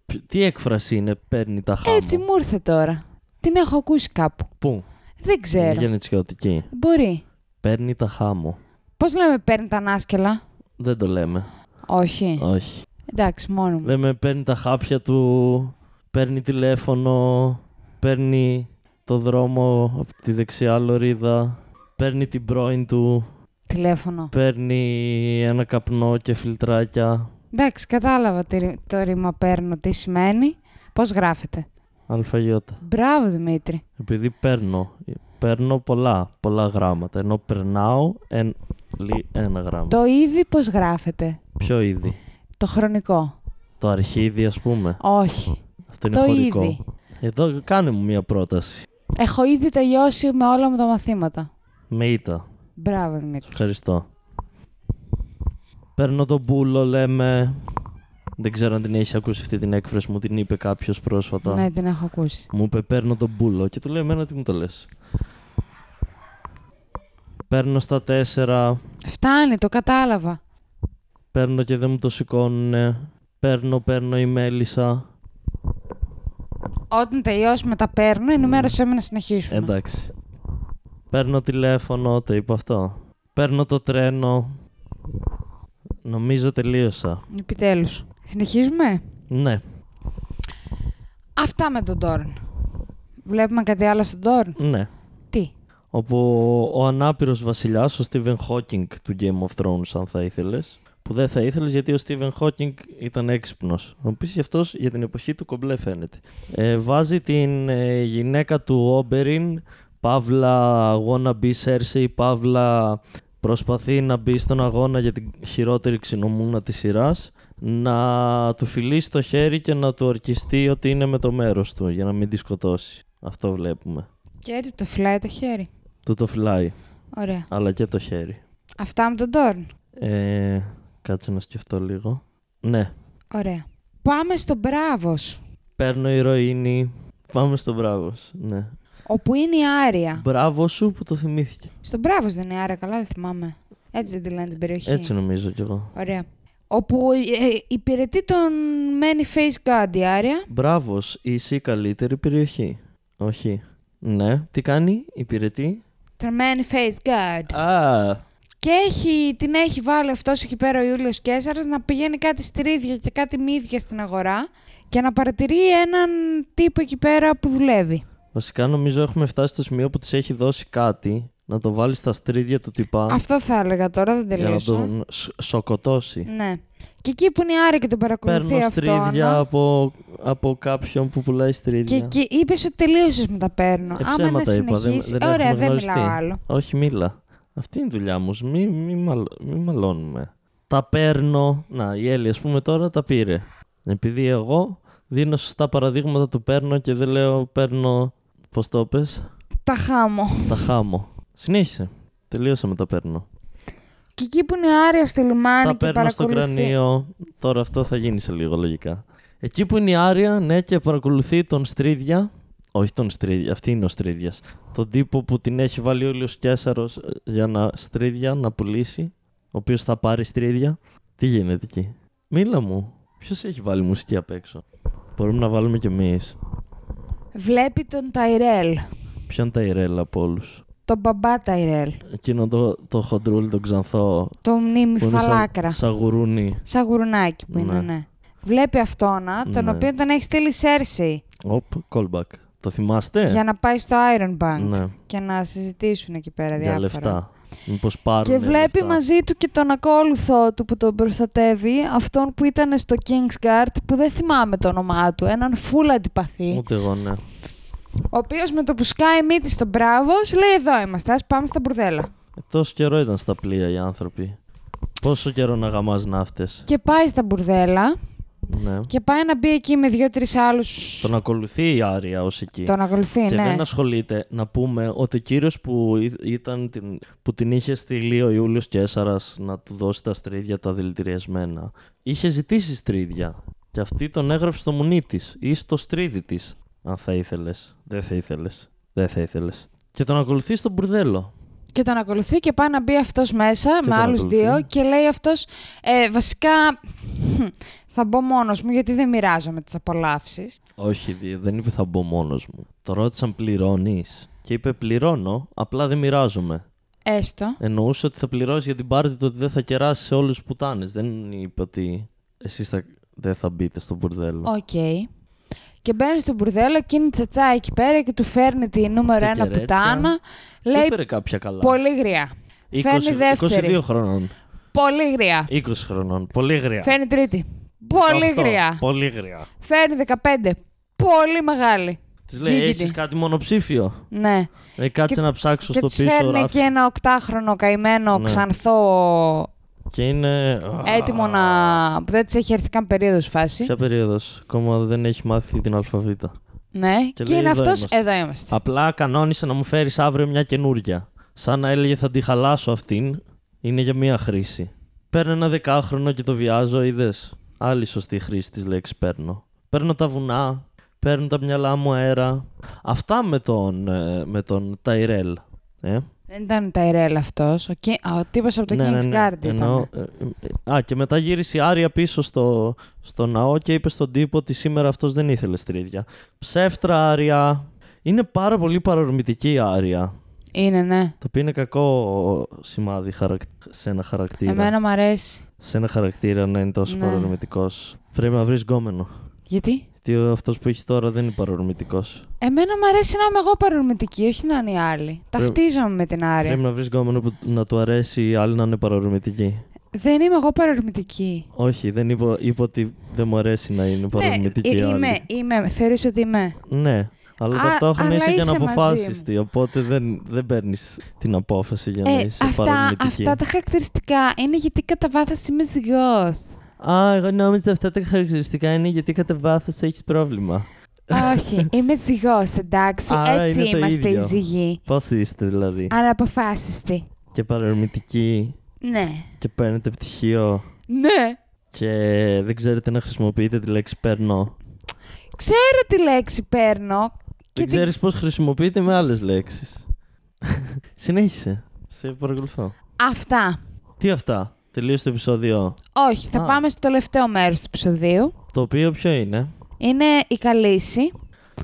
[SPEAKER 1] Π- Τι έκφραση είναι παίρνει τα χάμο.
[SPEAKER 2] Έτσι μου ήρθε τώρα. Την έχω ακούσει κάπου.
[SPEAKER 1] Πού.
[SPEAKER 2] Δεν
[SPEAKER 1] Είναι
[SPEAKER 2] ξέρω.
[SPEAKER 1] γεννητσιωτική.
[SPEAKER 2] Μπορεί.
[SPEAKER 1] Παίρνει τα χάμο.
[SPEAKER 2] Πώς λέμε παίρνει τα ανάσκελα.
[SPEAKER 1] Δεν το λέμε.
[SPEAKER 2] Όχι.
[SPEAKER 1] Όχι.
[SPEAKER 2] Εντάξει, μόνο μου.
[SPEAKER 1] Λέμε παίρνει τα χάπια του, παίρνει τηλέφωνο, παίρνει το δρόμο από τη δεξιά λωρίδα, παίρνει την πρώην του,
[SPEAKER 2] Τηλέφωνο.
[SPEAKER 1] παίρνει ένα καπνό και φιλτράκια.
[SPEAKER 2] Εντάξει, κατάλαβα τι ρι- το ρήμα παίρνω, τι σημαίνει, πώς γράφεται.
[SPEAKER 1] Αλφαγιώτα.
[SPEAKER 2] Μπράβο, Δημήτρη.
[SPEAKER 1] Επειδή παίρνω, παίρνω πολλά, πολλά γράμματα. Ενώ περνάω εν, λι- ένα γράμμα.
[SPEAKER 2] Το είδη πώς γράφεται,
[SPEAKER 1] Ποιο είδη.
[SPEAKER 2] το χρονικό.
[SPEAKER 1] Το αρχίδι, ας πούμε.
[SPEAKER 2] Όχι.
[SPEAKER 1] Αυτό είναι
[SPEAKER 2] το
[SPEAKER 1] χωρικό.
[SPEAKER 2] είδη.
[SPEAKER 1] Εδώ κάνε μου μία πρόταση.
[SPEAKER 2] Έχω ήδη τελειώσει με όλα μου τα μαθήματα.
[SPEAKER 1] Με ήττα.
[SPEAKER 2] Μπράβο, Δημήτρη.
[SPEAKER 1] Ευχαριστώ. Παίρνω τον μπούλο, λέμε. Δεν ξέρω αν την έχει ακούσει αυτή την έκφραση, μου την είπε κάποιος πρόσφατα.
[SPEAKER 2] Ναι, την έχω ακούσει.
[SPEAKER 1] Μου είπε παίρνω τον μπούλο και του λέω εμένα τι μου το λες. Παίρνω στα τέσσερα,
[SPEAKER 2] Φτάνει, το κατάλαβα.
[SPEAKER 1] παίρνω και δεν μου το σηκώνουν. Παίρνω, παίρνω η μέλισσα.
[SPEAKER 2] Όταν τελειώσουμε τα παίρνω, ενημέρωσέ με να συνεχίσουμε.
[SPEAKER 1] Εντάξει. Παίρνω τηλέφωνο, το είπα αυτό. Παίρνω το τρένο. Νομίζω τελείωσα.
[SPEAKER 2] Επιτέλους. Συνεχίζουμε.
[SPEAKER 1] Ναι,
[SPEAKER 2] Αυτά με τον Τόρν. Βλέπουμε κάτι άλλο στον Τόρν.
[SPEAKER 1] ναι.
[SPEAKER 2] Τι.
[SPEAKER 1] όπου ο ανάπηρος βασιλιάς, ο Stephen Hawking του Game of Thrones, αν θα ήθελες, που δεν θα ήθελες γιατί ο Stephen Hawking ήταν έξυπνος. Να μου πεις γι' αυτός για την εποχή του κομπλέ φαίνεται. Ε, βάζει την ε, γυναίκα του Όμπεριν, Παύλα wannabe Cersei, Παύλα προσπαθεί να μπει στον αγώνα για την χειρότερη ξινομούνα της σειράς, να του φιλήσει το χέρι και να του ορκιστεί ότι είναι με το μέρος του για να μην τη σκοτώσει. Αυτό βλέπουμε.
[SPEAKER 2] Και έτσι το φυλάει το χέρι.
[SPEAKER 1] Του το φυλάει
[SPEAKER 2] Ωραία.
[SPEAKER 1] αλλά και το χέρι.
[SPEAKER 2] Αυτά με τον Τόρν.
[SPEAKER 1] Ε, κάτσε να σκεφτώ λίγο. Ναι,
[SPEAKER 2] Ωραία. Πάμε στο μπράβος.
[SPEAKER 1] παίρνω ηρωίνη. Πάμε στο μπράβος. σου. Ναι.
[SPEAKER 2] Όπου είναι η Άρια.
[SPEAKER 1] Μπράβο σου που το θυμήθηκε.
[SPEAKER 2] Στο μπράβος δεν είναι η Άρια, καλά δεν θυμάμαι. Έτσι δεν τη λένε την περιοχή.
[SPEAKER 1] Έτσι νομίζω κι εγώ.
[SPEAKER 2] Ωραία. Όπου ε, ε, υπηρετεί τον Many Face God η Άρια.
[SPEAKER 1] Μπράβος, είσαι η καλύτερη περιοχή. Όχι. Ναι, τι κάνει, υπηρετεί.
[SPEAKER 2] Τον Many Face God.
[SPEAKER 1] Α,
[SPEAKER 2] Και έχει, την έχει βάλει αυτός εκεί πέρα ο Ιούλιος Κέσσαρα να πηγαίνει κάτι στρίδια και κάτι μύδια στην αγορά και να παρατηρεί έναν τύπο εκεί πέρα που δουλεύει.
[SPEAKER 1] βασικά νομίζω έχουμε φτάσει στο σημείο που της έχει δώσει κάτι να το βάλει στα στρίδια του τυπά
[SPEAKER 2] Αυτό θα έλεγα τώρα, δεν ε.
[SPEAKER 1] για να
[SPEAKER 2] τελείωσα.
[SPEAKER 1] τον σ- σοκοτώσει.
[SPEAKER 2] Ναι. Και εκεί που είναι η Άρη και τον παρακολουθεί
[SPEAKER 1] Παίρνω
[SPEAKER 2] αυτό.
[SPEAKER 1] στρίδια
[SPEAKER 2] Άννα.
[SPEAKER 1] από, από κάποιον που πουλάει στρίδια.
[SPEAKER 2] Και, και είπες ότι τελείωσες με τα παίρνω.
[SPEAKER 1] Ε,
[SPEAKER 2] Άμα να
[SPEAKER 1] ψέματα είπα, δεν-
[SPEAKER 2] συνεχίσεις.
[SPEAKER 1] δεν
[SPEAKER 2] Ωραία,
[SPEAKER 1] έχουμε
[SPEAKER 2] δεν
[SPEAKER 1] γνωριστεί.
[SPEAKER 2] μιλάω άλλο.
[SPEAKER 1] Όχι, μίλα. Αυτή είναι η δουλειά μου. Μην μη, μαλ- μη μαλώνουμε. Τα παίρνω. Να, η Έλλη, ας πούμε, τώρα τα πήρε. Επειδή εγώ δίνω σωστά παραδείγματα του παίρνω και δεν λέω παίρνω. Πώς το πες,
[SPEAKER 2] Τα χάμω.
[SPEAKER 1] Τα χάμω. Συνέχισε. Τελείωσα με τα παίρνω.
[SPEAKER 2] Και εκεί που είναι η Άρια στο λιμάνι
[SPEAKER 1] τα
[SPEAKER 2] και
[SPEAKER 1] παίρνω στο
[SPEAKER 2] παρακολουθεί.
[SPEAKER 1] κρανίο. Τώρα αυτό θα γίνει σε λίγο λογικά. Εκεί που είναι η Άρια, ναι, και παρακολουθεί τον Στρίδια. Όχι τον Στρίδια, αυτή είναι ο Στρίδιας. Τον τύπο που την έχει βάλει ο Ήλιο Κέσσαρο ε, για να Στρίδια να πουλήσει. Ο οποίος θα πάρει Στρίδια. Τι γίνεται εκεί. Μίλα μου. Ποιος έχει βάλει μουσική απ' έξω. Μπορούμε να βάλουμε κι εμείς.
[SPEAKER 2] Βλέπει τον Ταϊρέλ.
[SPEAKER 1] Ποιον τα Ιρέλα από όλους.
[SPEAKER 2] Τον μπαμπά Ταϊρέλ.
[SPEAKER 1] Εκείνο το, το χοντρούλι, τον ξανθό.
[SPEAKER 2] Τον μνήμη
[SPEAKER 1] που είναι σαν-
[SPEAKER 2] φαλάκρα.
[SPEAKER 1] Σαν γουρούνι.
[SPEAKER 2] Σαν γουρνάκι που είναι,
[SPEAKER 1] Ναι.
[SPEAKER 2] ναι. Βλέπει αυτόνα, τον
[SPEAKER 1] Ναι.
[SPEAKER 2] οποίο τον έχει στείλει η Σέρσεϊ
[SPEAKER 1] Οπ, callback. Το θυμάστε.
[SPEAKER 2] για να πάει στο Iron Bank
[SPEAKER 1] Ε. Ναι.
[SPEAKER 2] και να συζητήσουν εκεί πέρα
[SPEAKER 1] Για
[SPEAKER 2] διάφορα.
[SPEAKER 1] λεφτά. Μήπως πάρουν
[SPEAKER 3] Και βλέπει μαζί του και τον ακόλουθό του που τον προστατεύει, αυτόν που ήταν στο Kingsguard, που δεν θυμάμαι το όνομά του, έναν φουλ αντιπαθή,
[SPEAKER 1] Ούτε εγώ, ναι.
[SPEAKER 2] Ο οποίος με το που σκάει μύτη στον μπράβο, σου λέει: Εδώ είμαστε, ας πάμε στα μπουρδέλα.
[SPEAKER 1] Ε, Τόσο καιρό ήταν στα πλοία οι άνθρωποι. Πόσο καιρό να γαμάς ναύτες.
[SPEAKER 2] Και πάει στα μπουρδέλα
[SPEAKER 1] Ναι.
[SPEAKER 2] και πάει να μπει εκεί με δύο-τρει άλλους.
[SPEAKER 1] Τον ακολουθεί η Άρια ως εκεί.
[SPEAKER 2] Τον ακολουθεί,
[SPEAKER 1] Και
[SPEAKER 2] ναι.
[SPEAKER 1] δεν ασχολείται να πούμε ότι ο κύριος που, ή- ήταν, την- που την είχε στείλει ο Ιούλιος Κέσαρας να του δώσει τα στρίδια τα δηλητηριασμένα, είχε ζητήσει στρίδια. Και αυτή τον έγραψε στο μουνί της ή στο στρίδι της. Αν θα ήθελες. Δεν θα ήθελες. Δεν θα ήθελες. Και τον ακολουθεί στο μπουρδέλο.
[SPEAKER 2] Και τον ακολουθεί και πάει να μπει αυτός μέσα
[SPEAKER 1] Και
[SPEAKER 2] με
[SPEAKER 1] τον
[SPEAKER 2] άλλους
[SPEAKER 1] ακολουθεί.
[SPEAKER 2] δύο και λέει αυτός. Ε, βασικά θα μπω μόνος μου γιατί δεν μοιράζομαι τις απολαύσεις.
[SPEAKER 1] Όχι, δι- δεν είπε θα μπω μόνος μου. Το ρώτησαν πληρώνεις. Και είπε πληρώνω, απλά δεν μοιράζομαι.
[SPEAKER 2] Έστω.
[SPEAKER 1] Εννοούσε ότι θα πληρώσεις για την πάρτι του ότι δεν θα κεράσει σε όλους του πουτάνε. Δεν είπε ότι εσείς θα... δεν θα μπείτε στο μπουρδέλο.
[SPEAKER 2] Οκ. Και μπαίνει στο μπουρδέλο, εκείνη τσατσά εκεί πέρα και του φέρνει τη νούμερο
[SPEAKER 1] Τα
[SPEAKER 2] ένα
[SPEAKER 1] κερέτσια.
[SPEAKER 2] πουτάνα.
[SPEAKER 1] Δεν
[SPEAKER 2] Λέει
[SPEAKER 1] φέρε κάποια καλά.
[SPEAKER 2] πολύ γριά. φέρνει δεύτερη.
[SPEAKER 1] 22 χρονών.
[SPEAKER 2] Πολύ γριά.
[SPEAKER 1] 20 χρονών. Πολύ γριά.
[SPEAKER 2] Φέρνει τρίτη. Πολύ
[SPEAKER 1] 18.
[SPEAKER 2] γριά.
[SPEAKER 1] Πολύ γριά.
[SPEAKER 2] Φέρνει 15. Πολύ μεγάλη.
[SPEAKER 1] Της λέει:
[SPEAKER 2] Γίγαντη.
[SPEAKER 1] Έχει κάτι μονοψήφιο.
[SPEAKER 2] Ναι.
[SPEAKER 1] Ε, κάτσε
[SPEAKER 2] Και-
[SPEAKER 1] να ψάξω
[SPEAKER 2] και
[SPEAKER 1] στο
[SPEAKER 2] της
[SPEAKER 1] πίσω
[SPEAKER 2] φέρνει
[SPEAKER 1] ράφι.
[SPEAKER 2] και ένα οκτάχρονο καημένο
[SPEAKER 1] Ναι.
[SPEAKER 2] ξανθό
[SPEAKER 1] Και είναι. Α,
[SPEAKER 2] έτοιμο να. που δεν της έχει έρθει καν περίοδος φάση.
[SPEAKER 1] Ποια περίοδος. Ακόμα δεν έχει μάθει την αλφαβήτα.
[SPEAKER 2] Ναι, και,
[SPEAKER 1] Και λέει,
[SPEAKER 2] είναι
[SPEAKER 1] «Εδώ
[SPEAKER 2] αυτός.
[SPEAKER 1] είμαστε».
[SPEAKER 2] Εδώ είμαστε.
[SPEAKER 1] Απλά κανόνισε να μου φέρεις αύριο μια καινούρια. Σαν να έλεγε θα τη χαλάσω αυτήν. Είναι για μία χρήση. Παίρνω ένα δεκάχρονο και το βιάζω, είδες. Άλλη σωστή χρήση της λέξης παίρνω. Παίρνω τα βουνά. Παίρνω τα μυαλά μου αέρα. Αυτά με τον, ε, με τον Ταϊρέλ. Ε.
[SPEAKER 2] Δεν ήταν τα Ιρέλ αυτός. Ο, Κι... ο τύπος από το King's Guard
[SPEAKER 1] Ναι, Εννοώ,
[SPEAKER 2] ήταν.
[SPEAKER 1] ε, ε, α, και μετά γύρισε η Άρια πίσω στο, στο ναό και είπε στον τύπο ότι σήμερα αυτός δεν ήθελε στρίδια. Ψεύτρα Άρια. Είναι πάρα πολύ παρορμητική η Άρια.
[SPEAKER 2] Είναι, ναι.
[SPEAKER 1] Το οποίο είναι κακό σημάδι χαρακ- σε ένα χαρακτήρα.
[SPEAKER 2] Εμένα μου αρέσει.
[SPEAKER 1] Σε ένα χαρακτήρα να είναι τόσο
[SPEAKER 2] Ναι.
[SPEAKER 1] παρορμητικός. Πρέπει να βρεις γκόμενο.
[SPEAKER 2] Γιατί?
[SPEAKER 1] Γιατί ο- αυτός που έχει τώρα δεν είναι παρορμητικός.
[SPEAKER 2] Εμένα μου αρέσει να είμαι εγώ παρορμητική, όχι να είναι οι άλλοι. Ταυτίζομαι με την Άρια.
[SPEAKER 1] Ε, Πρέπει να βρεις γκόμενο που να του αρέσει η άλλη να είναι παρορμητική.
[SPEAKER 2] Δεν είμαι εγώ παρορμητική.
[SPEAKER 1] Όχι, δεν είπα, είπα ότι δεν μου αρέσει να είναι παρορμητική η
[SPEAKER 2] ε,
[SPEAKER 1] άλλη.
[SPEAKER 2] είμαι, είμαι. Θεωρείς ότι είμαι.
[SPEAKER 1] Ναι. Αλλά
[SPEAKER 2] Α,
[SPEAKER 1] ταυτόχρονα
[SPEAKER 2] αλλά
[SPEAKER 1] είσαι και
[SPEAKER 2] είσαι
[SPEAKER 1] να
[SPEAKER 2] μαζί
[SPEAKER 1] αποφάσιστη. Οπότε δεν, δεν παίρνεις την απόφαση για να
[SPEAKER 2] Ε,
[SPEAKER 1] είσαι
[SPEAKER 2] αυτά,
[SPEAKER 1] παρορμητική.
[SPEAKER 2] αυτά τα χαρακτηριστικά είναι γιατί κατά βάθος είμαι ζυγός.
[SPEAKER 1] Α, εγώ νόμιζα αυτά τα χαρακτηριστικά είναι γιατί κατά βάθος έχεις πρόβλημα.
[SPEAKER 2] όχι, είμαι ζυγός, εντάξει.
[SPEAKER 1] Άρα
[SPEAKER 2] Έτσι
[SPEAKER 1] είναι το
[SPEAKER 2] είμαστε οι
[SPEAKER 1] ίδιο.
[SPEAKER 2] ζυγοί.
[SPEAKER 1] Πώς είστε δηλαδή.
[SPEAKER 2] Αναποφάσιστοι.
[SPEAKER 1] και παρορμητική
[SPEAKER 2] Ναι.
[SPEAKER 1] και παίρνετε πτυχίο
[SPEAKER 2] Ναι.
[SPEAKER 1] και δεν ξέρετε να χρησιμοποιείτε τη λέξη παίρνω.
[SPEAKER 2] Ξέρω τη λέξη παίρνω. Και
[SPEAKER 1] δεν
[SPEAKER 2] την...
[SPEAKER 1] ξέρεις πώς χρησιμοποιείτε με άλλες λέξεις. Συνέχισε. Σε παρακολουθώ.
[SPEAKER 2] Αυτά.
[SPEAKER 1] Τι αυτά. Τελείωσε το επεισόδιο.
[SPEAKER 2] Όχι, θα
[SPEAKER 1] Α.
[SPEAKER 2] πάμε στο τελευταίο μέρος του επεισοδίου.
[SPEAKER 1] Το οποίο ποιο είναι.
[SPEAKER 2] Είναι η καλύση.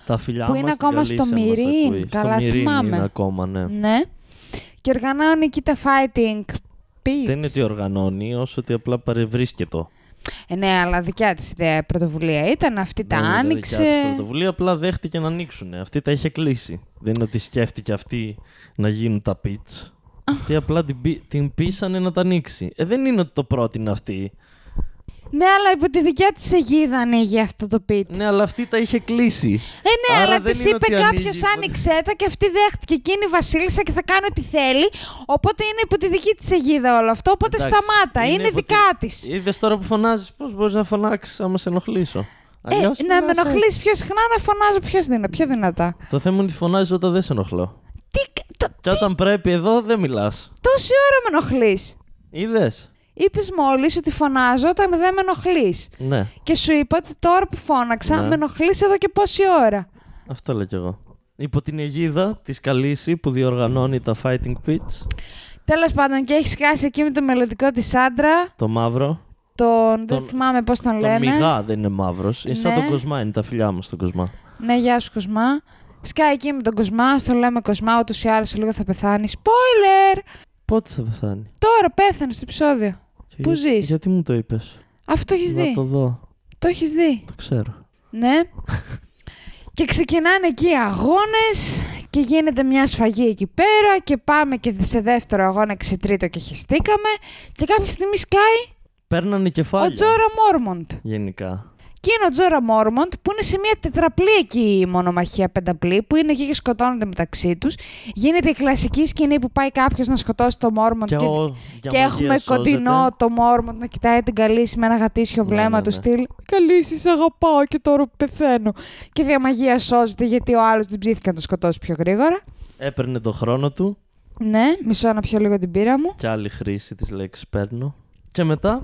[SPEAKER 1] Τα φιλιά
[SPEAKER 2] Που
[SPEAKER 1] μας
[SPEAKER 2] είναι
[SPEAKER 1] στην
[SPEAKER 2] ακόμα
[SPEAKER 1] Καλύση,
[SPEAKER 2] στο
[SPEAKER 1] αν μας
[SPEAKER 2] Μυρίν.
[SPEAKER 1] ακούει.
[SPEAKER 2] Καλά
[SPEAKER 1] στο Μυρίν
[SPEAKER 2] θυμάμαι.
[SPEAKER 1] είναι ακόμα, ναι.
[SPEAKER 2] Ναι. Και οργανώνει εκεί τα fighting pits.
[SPEAKER 1] Δεν είναι ότι οργανώνει, όσο ότι απλά παρευρίσκεται.
[SPEAKER 2] Ε, ναι, αλλά δικιά της ιδέα πρωτοβουλία ήταν, αυτή τα
[SPEAKER 1] Δεν είναι Ναι, δικιά της
[SPEAKER 2] άνοιξε.
[SPEAKER 1] πρωτοβουλία, απλά δέχτηκε να ανοίξουν. Αυτή τα είχε κλείσει. Δεν είναι ότι σκέφτηκε αυτή να γίνουν τα pitch. Αυτή απλά την, πεί- την πείσανε να τα ανοίξει. Ε, δεν είναι ότι το πρότεινε αυτή.
[SPEAKER 2] Ναι, αλλά υπό τη δικιά της αιγίδα ανοίγει αυτό το πιτ.
[SPEAKER 1] Ναι, αλλά αυτή τα είχε κλείσει.
[SPEAKER 2] Ε, ναι,
[SPEAKER 1] Άρα
[SPEAKER 2] αλλά
[SPEAKER 1] δεν
[SPEAKER 2] της
[SPEAKER 1] είναι
[SPEAKER 2] είπε
[SPEAKER 1] ότι
[SPEAKER 2] κάποιο
[SPEAKER 1] ανοίγει,
[SPEAKER 2] άνοιξε τα και αυτή δέχτηκε. Εκείνη η Βασίλισσα και θα κάνει ό,τι θέλει. Οπότε είναι υπό τη δική της αιγίδα όλο αυτό. Οπότε
[SPEAKER 1] Εντάξει,
[SPEAKER 2] σταμάτα. Είναι,
[SPEAKER 1] είναι υπό τη-
[SPEAKER 2] δικά τη.
[SPEAKER 1] Είδες τώρα που φωνάζεις, πώς μπορείς να φωνάξεις άμα σε ενοχλήσω.
[SPEAKER 2] Ε,
[SPEAKER 1] Αλλιώς
[SPEAKER 2] να με
[SPEAKER 1] φωνάζεις.
[SPEAKER 2] ενοχλείς πιο συχνά, να φωνάζω πιο, δυνα, πιο δυνατά.
[SPEAKER 1] Το θέμα είναι ότι φωνάζεις όταν δεν σε ενοχλώ.
[SPEAKER 2] Τι, το-
[SPEAKER 1] Και όταν πρέπει εδώ δεν μιλάς.
[SPEAKER 2] τόση ώρα με ενοχλείς.
[SPEAKER 1] Είδες.
[SPEAKER 2] Είπες μόλις ότι φωνάζω όταν δεν με ενοχλείς.
[SPEAKER 1] Ναι,
[SPEAKER 2] Και σου είπα ότι τώρα που φώναξα,
[SPEAKER 1] Ναι.
[SPEAKER 2] με ενοχλείς εδώ και πόση ώρα.
[SPEAKER 1] αυτό λέω κι εγώ. Υπό την αιγίδα της Καλύση που διοργανώνει τα fighting pitch,
[SPEAKER 2] Τέλος πάντων, και έχεις χάσει εκεί με το μελλοντικό της άντρα.
[SPEAKER 1] το μαύρο,
[SPEAKER 2] Τον, δεν
[SPEAKER 1] Τον-
[SPEAKER 2] θυμάμαι πώς τον
[SPEAKER 1] Τον
[SPEAKER 2] λένε.
[SPEAKER 1] μηγά δεν είναι μαύρος. Είναι σαν
[SPEAKER 2] Ναι.
[SPEAKER 1] τον Κοσμά, είναι τα φιλιά μας τον Κοσμά.
[SPEAKER 2] Ναι, γεια σου Κοσμά. Σκάει εκεί με τον Κοσμά, ας το λέμε Κοσμά, ούτως ή άλλως σε λίγο θα πεθάνεις. Spoiler!
[SPEAKER 1] Πότε θα πεθάνει.
[SPEAKER 2] Τώρα πέθανε στο επεισόδιο.
[SPEAKER 1] Και
[SPEAKER 2] Πού
[SPEAKER 1] για-
[SPEAKER 2] ζεις?
[SPEAKER 1] Γιατί μου το είπες.
[SPEAKER 2] Αυτό το έχεις
[SPEAKER 1] Να
[SPEAKER 2] δει.
[SPEAKER 1] το
[SPEAKER 2] Το,
[SPEAKER 1] δω.
[SPEAKER 2] έχεις δει.
[SPEAKER 1] Το ξέρω.
[SPEAKER 2] Ναι. και ξεκινάνε εκεί αγώνες Και γίνεται μια σφαγή εκεί πέρα και πάμε και σε δεύτερο αγώνα και σε τρίτο και χεστήκαμε. Και κάποια στιγμή σκάει
[SPEAKER 1] Παίρνανε κεφάλια.
[SPEAKER 2] ο Τζόρα Μόρμοντ.
[SPEAKER 1] Γενικά.
[SPEAKER 2] Και είναι ο Τζόρα Μόρμοντ που είναι σε μια τετραπλή εκεί η μονομαχία πενταπλή που είναι εκεί και σκοτώνονται μεταξύ τους. Γίνεται η κλασική σκηνή που πάει κάποιος να σκοτώσει το Μόρμοντ
[SPEAKER 1] Και,
[SPEAKER 2] και,
[SPEAKER 1] ο, για
[SPEAKER 2] και
[SPEAKER 1] μαγεία
[SPEAKER 2] έχουμε
[SPEAKER 1] σώζεται.
[SPEAKER 2] κοντινό το Μόρμοντ να κοιτάει την Καλύση με ένα γατήσιο
[SPEAKER 1] Ναι,
[SPEAKER 2] βλέμμα
[SPEAKER 1] ναι,
[SPEAKER 2] του
[SPEAKER 1] ναι.
[SPEAKER 2] στυλ. Καλύση, σε αγαπάω και τώρα πεθαίνω. Και διαμαγεία σώζεται γιατί ο άλλος την ψήθηκε να το σκοτώσει πιο γρήγορα.
[SPEAKER 1] Έπαιρνε το χρόνο του
[SPEAKER 2] Ναι, μισό να πιω λίγο την πύρα μου.
[SPEAKER 1] και άλλη χρήση της λέξης παίρνω. Και μετά,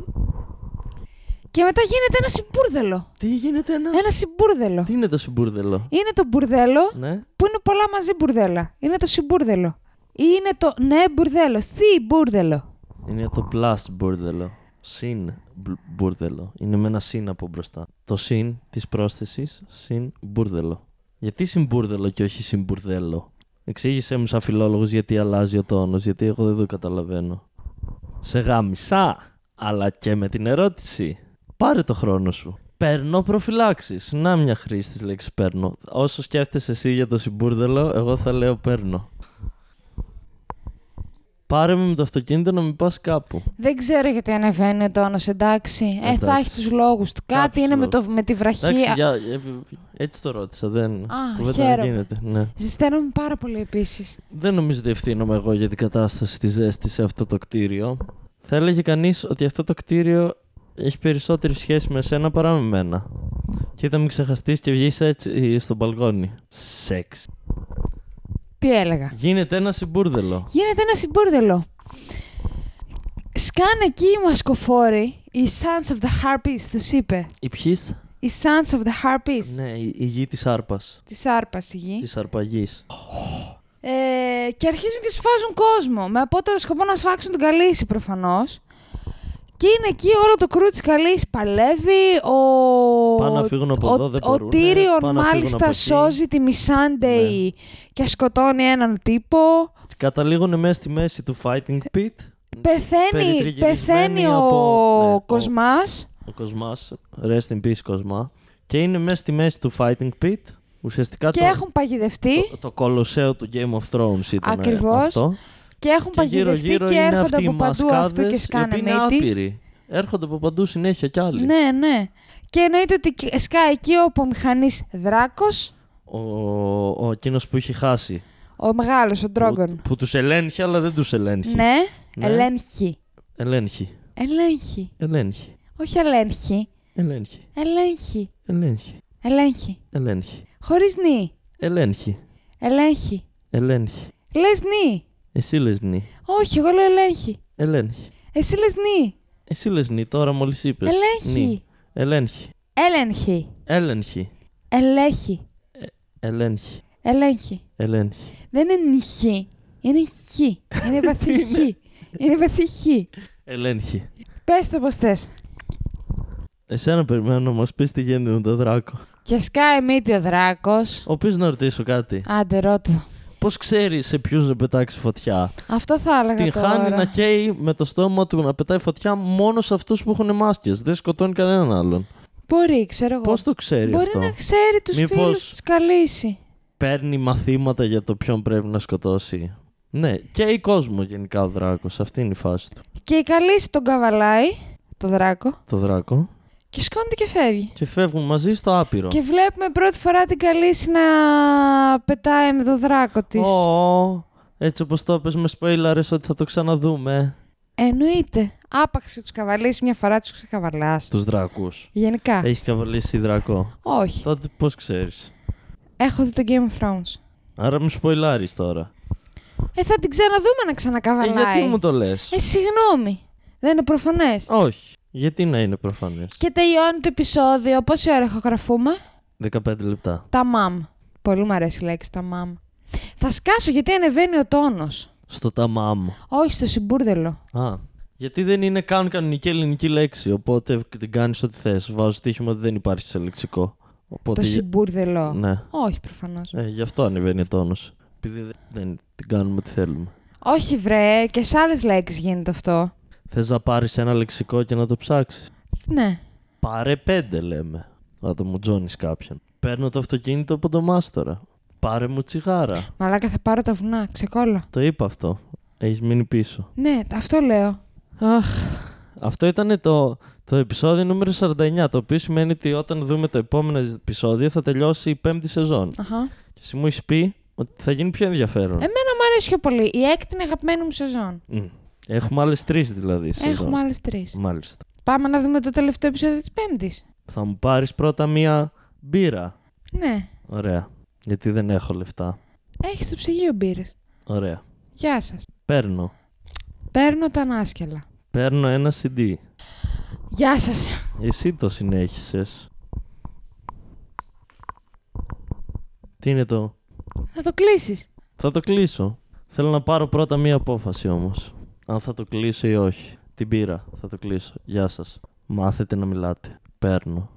[SPEAKER 2] Και μετά γίνεται ένα συμπούρδελο.
[SPEAKER 1] τι γίνεται ένα...
[SPEAKER 2] Ένα Ε- συμπούρδελο.
[SPEAKER 1] Τι είναι το συμπουρδελό.
[SPEAKER 2] Είναι το μπουρδέλο
[SPEAKER 1] Ναι.
[SPEAKER 2] που είναι πολλά μαζί μπουρδέλα. Είναι το συμπούρδελο. Είναι το ναι μπουρδέλο. Σι μπουρδέλο.
[SPEAKER 1] Είναι το plus μπουρδελό. Συν μπλ- μπουρδελο. Είναι με ένα συν από μπροστά. Το συν της πρόσθεσης συν μπουρδελο. Γιατί συν μπουρδελο και όχι συν μπουρδέλο. Εξήγησέ μου σαν φιλόλογος γιατί αλλάζει ο τόνος, γιατί εγώ δεν το καταλαβαίνω. Σε γάμισα, αλλά και με την ερώτηση. Πάρε το χρόνο σου. Παίρνω προφυλάξεις. Να μια χρήση της λέξης παίρνω. Όσο σκέφτεσαι εσύ για το συμπούρδελο, εγώ θα λέω παίρνω. Πάρε με με το αυτοκίνητο να μην πας κάπου.
[SPEAKER 2] Δεν ξέρω γιατί ανεβαίνει ο τόνο, εντάξει. Ε, θα
[SPEAKER 1] Εντάξει.
[SPEAKER 2] έχει τους λόγους του. Κάτι
[SPEAKER 1] Κάποιους
[SPEAKER 2] είναι με, το, με τη
[SPEAKER 1] Εντάξει,
[SPEAKER 2] βραχία.
[SPEAKER 1] για, ε, έτσι το ρώτησα. Δεν,
[SPEAKER 2] Α,
[SPEAKER 1] κουβέντα
[SPEAKER 2] χαίρομαι.
[SPEAKER 1] δεν γίνεται. Ναι.
[SPEAKER 2] Ζεσταίνομαι πάρα πολύ επίσης.
[SPEAKER 1] Δεν νομίζω ότι ευθύνομαι εγώ για την κατάσταση τη ζέστη σε αυτό το κτίριο. Θα έλεγε κανείς ότι αυτό το κτίριο έχει περισσότερη σχέση με σένα παρά με μένα. Και ήταν μην ξεχαστείς και βγεις έτσι στο μπαλκόνι. Σεξ.
[SPEAKER 2] Τι έλεγα.
[SPEAKER 1] Γίνεται ένα συμπούρδελο.
[SPEAKER 2] Γίνεται ένα συμπούρδελο. Σκάνε εκεί οι μασκοφόροι, οι Sons of the Harpies, τους είπε.
[SPEAKER 1] Η ποιή.
[SPEAKER 2] Οι Sons of the Harpies.
[SPEAKER 1] Ναι, η, η γη της άρπας.
[SPEAKER 2] Της άρπας η γη.
[SPEAKER 1] Της αρπαγής.
[SPEAKER 2] Ε, και αρχίζουν και σφάζουν κόσμο. Με απότερο σκοπό να σφάξουν την Καλύση προφανώς. Και είναι εκεί όλο το κρού τη Καλύση. Παλεύει. Ο...
[SPEAKER 1] Πάνε να φύγουν από
[SPEAKER 2] ο...
[SPEAKER 1] εδώ, δεν
[SPEAKER 2] Ο
[SPEAKER 1] μπορούνε. Πάνε
[SPEAKER 2] Τύριον
[SPEAKER 1] να φύγουν από
[SPEAKER 2] μάλιστα
[SPEAKER 1] εκεί. Ναι.
[SPEAKER 2] σώζει τη Μισάντεϊ και σκοτώνει έναν τύπο.
[SPEAKER 1] Καταλήγουν μέσα στη μέση του fighting pit.
[SPEAKER 2] Πεθαίνει,
[SPEAKER 1] Περιτριγυρισμένοι
[SPEAKER 2] πεθαίνει ο
[SPEAKER 1] από- ναι, ο-
[SPEAKER 2] Κοσμάς.
[SPEAKER 1] ο Κοσμάς, rest in peace Κοσμά, και είναι μέσα στη μέση του Fighting Pit, ουσιαστικά
[SPEAKER 2] Και
[SPEAKER 1] το,
[SPEAKER 2] έχουν παγιδευτεί.
[SPEAKER 1] το, το κολοσσέο του Game of Thrones ήταν ε,
[SPEAKER 2] Ακριβώς.
[SPEAKER 1] αυτό.
[SPEAKER 2] Και έχουν
[SPEAKER 1] Και γύρω
[SPEAKER 2] παγιδευτεί
[SPEAKER 1] γύρω
[SPEAKER 2] και
[SPEAKER 1] είναι
[SPEAKER 2] έρχονται
[SPEAKER 1] αυτοί οι
[SPEAKER 2] από παντού αυτού και
[SPEAKER 1] μασκάδες, οι
[SPEAKER 2] σκάνε
[SPEAKER 1] οποίοι είναι
[SPEAKER 2] μύτη.
[SPEAKER 1] άπειροι. Έρχονται από παντού συνέχεια κι άλλοι.
[SPEAKER 2] Ναι, ναι. Και εννοείται ότι και- σκάει εκεί ο απομηχανής Δράκος.
[SPEAKER 1] Ο, ο εκείνος που έχει χάσει.
[SPEAKER 2] Ο μεγάλος, ο
[SPEAKER 1] Που,
[SPEAKER 2] Ντρόγκον.
[SPEAKER 1] που τους ελέγχει αλλά δεν τους ελέγχει.
[SPEAKER 2] Ναι,
[SPEAKER 1] Ναι.
[SPEAKER 2] ελέγχει.
[SPEAKER 1] Ελέγχει.
[SPEAKER 2] Ελέγχει.
[SPEAKER 1] Ελέγχει.
[SPEAKER 2] Όχι ελέγχει.
[SPEAKER 1] Ελέγχει.
[SPEAKER 2] Ελέγχει.
[SPEAKER 1] Ελέγχει.
[SPEAKER 2] Ελέγχει.
[SPEAKER 1] Ελέγχει.
[SPEAKER 2] Χωρίς νη.
[SPEAKER 1] Ελέγχει.
[SPEAKER 2] Ελέγχει.
[SPEAKER 1] Ελέγχει.
[SPEAKER 2] Λες νη.
[SPEAKER 1] Εσύ λες νη.
[SPEAKER 2] Όχι, εγώ λέω ελέγχει.
[SPEAKER 1] Ελέγχει.
[SPEAKER 2] Εσύ λες νη.
[SPEAKER 1] Εσύ λες νη τώρα μόλις είπες.
[SPEAKER 2] Ελέγχει.
[SPEAKER 1] Νη. Ελέγχει.
[SPEAKER 2] Έλεγχει.
[SPEAKER 1] Έλεγχη.
[SPEAKER 2] Ελέγχει.
[SPEAKER 1] Ελέγχη.
[SPEAKER 2] Ελέγχει.
[SPEAKER 1] Ελέγχη.
[SPEAKER 2] Δεν είναι χ. Είναι χ. Είναι βαθύ χ. Είναι βαθύ χ.
[SPEAKER 1] Ελέγχη.
[SPEAKER 2] Πες το πώς θες.
[SPEAKER 1] Εσένα περιμένω να μας πεις τι γίνεται με τον Δράκο.
[SPEAKER 2] Και σκάει μύτη ο Δράκος.
[SPEAKER 1] Ο οποίος να ρωτήσω κάτι.
[SPEAKER 2] Άντε, ρώτο.
[SPEAKER 1] Πώς ξέρει σε ποιους να πετάξει φωτιά.
[SPEAKER 2] Αυτό θα έλεγα
[SPEAKER 1] Την
[SPEAKER 2] τώρα.
[SPEAKER 1] χάνει να καίει με το στόμα του να πετάει φωτιά μόνο σε αυτούς που έχουν μάσκες. Δεν σκοτώνει κανέναν άλλον.
[SPEAKER 2] Μπορεί, ξέρω εγώ.
[SPEAKER 1] Πώς το ξέρει
[SPEAKER 2] Μπορεί
[SPEAKER 1] αυτό.
[SPEAKER 2] να ξέρει τους
[SPEAKER 1] Μήπως-
[SPEAKER 2] φίλους της Καλύση.
[SPEAKER 1] Παίρνει μαθήματα για το ποιον πρέπει να σκοτώσει. Ναι, καίει κόσμο γενικά ο Δράκος. Αυτή είναι η φάση του.
[SPEAKER 2] Και η Καλύση τον καβαλάει, τον δράκο,
[SPEAKER 1] Το Δράκο.
[SPEAKER 2] και σκόνεται και φεύγει.
[SPEAKER 1] Και φεύγουν μαζί στο άπειρο.
[SPEAKER 2] Και βλέπουμε πρώτη φορά την Καλύση να πετάει με τον δράκο της.
[SPEAKER 1] Ω, έτσι όπως το είπες με spoilers ότι θα το ξαναδούμε.
[SPEAKER 2] Εννοείται. Άπαξε τους καβαλείς, μια φορά τους ξεκαβαλάς.
[SPEAKER 1] Τους δράκους.
[SPEAKER 2] Γενικά.
[SPEAKER 1] Έχεις καβαλήσει δρακό.
[SPEAKER 2] Όχι.
[SPEAKER 1] Τότε πώς ξέρεις.
[SPEAKER 2] Έχω δει το Game of Thrones.
[SPEAKER 1] Άρα μου σποϊλάρεις τώρα.
[SPEAKER 2] Ε, θα την ξαναδούμε να
[SPEAKER 1] Ε,
[SPEAKER 2] ξανακαβαλάει.
[SPEAKER 1] γιατί μου το λες.
[SPEAKER 2] Ε, συγγνώμη. Δεν είναι προφανές.
[SPEAKER 1] Όχι. Γιατί να είναι προφανές.
[SPEAKER 2] Και τελειώνει το επεισόδιο. Πόση ώρα ηχογραφούμε?
[SPEAKER 1] 15 λεπτά.
[SPEAKER 2] Τα μαμ. Πολύ μου αρέσει η λέξη τα μαμ. Θα σκάσω γιατί ανεβαίνει ο τόνος.
[SPEAKER 1] Στο ταμάμ.
[SPEAKER 2] Όχι στο συμπούρδελο.
[SPEAKER 1] Α. Γιατί δεν είναι καν κανονική ελληνική λέξη. Οπότε την κάνεις ό,τι θες. Βάζω στοίχημα ότι δεν υπάρχει σε λεξικό. Οπότε...
[SPEAKER 2] Το συμπούρδελο.
[SPEAKER 1] Ναι.
[SPEAKER 2] Όχι προφανώς.
[SPEAKER 1] Ε, γι' αυτό ανεβαίνει ο τόνος. Επειδή δεν, δεν την κάνουμε ό,τι θέλουμε.
[SPEAKER 2] Όχι βρε, και σε άλλες λέξεις γίνεται αυτό.
[SPEAKER 1] Θες να πάρεις ένα λεξικό και να το ψάξεις.
[SPEAKER 2] Ναι.
[SPEAKER 1] Πάρε πέντε, λέμε. Να το μουτζώνει κάποιον. Παίρνω το αυτοκίνητο από το μάστορα. Πάρε μου τσιγάρα.
[SPEAKER 2] Μαλάκα θα πάρω τα βουνά, ξεκόλα.
[SPEAKER 1] Το είπα αυτό. Έχεις μείνει πίσω.
[SPEAKER 2] Ναι, αυτό λέω.
[SPEAKER 1] Αχ. Αυτό ήταν το, το επεισόδιο νούμερο 49. Το οποίο σημαίνει ότι όταν δούμε το επόμενο επεισόδιο θα τελειώσει η πέμπτη σεζόν.
[SPEAKER 2] Αχα.
[SPEAKER 1] Και εσύ μου έχεις πει ότι θα γίνει πιο ενδιαφέρον.
[SPEAKER 2] Εμένα μου αρέσει πιο πολύ. Η έκτη είναι αγαπημένη μου σεζόν.
[SPEAKER 1] Μμ. Έχουμε άλλες τρεις δηλαδή. σεζόν.
[SPEAKER 2] Έχουμε άλλες τρεις.
[SPEAKER 1] Μάλιστα.
[SPEAKER 2] Πάμε να δούμε το τελευταίο επεισόδιο της Πέμπτης.
[SPEAKER 1] Θα μου πάρεις πρώτα μία μπύρα.
[SPEAKER 2] Ναι.
[SPEAKER 1] Ωραία. Γιατί δεν έχω λεφτά.
[SPEAKER 2] Έχεις στο ψυγείο μπύρες.
[SPEAKER 1] Ωραία.
[SPEAKER 2] Γεια σας.
[SPEAKER 1] Παίρνω.
[SPEAKER 2] Παίρνω τα ανάσκελα.
[SPEAKER 1] Παίρνω ένα CD.
[SPEAKER 2] Γεια σας.
[SPEAKER 1] Εσύ το συνέχισες. Τι είναι το...
[SPEAKER 2] Θα το κλείσεις.
[SPEAKER 1] Θα το κλείσω. Θέλω να πάρω πρώτα μία απόφαση όμως. Αν θα το κλείσω ή όχι. Την πήρα. Θα το κλείσω. Γεια σας. Μάθετε να μιλάτε. Παίρνω.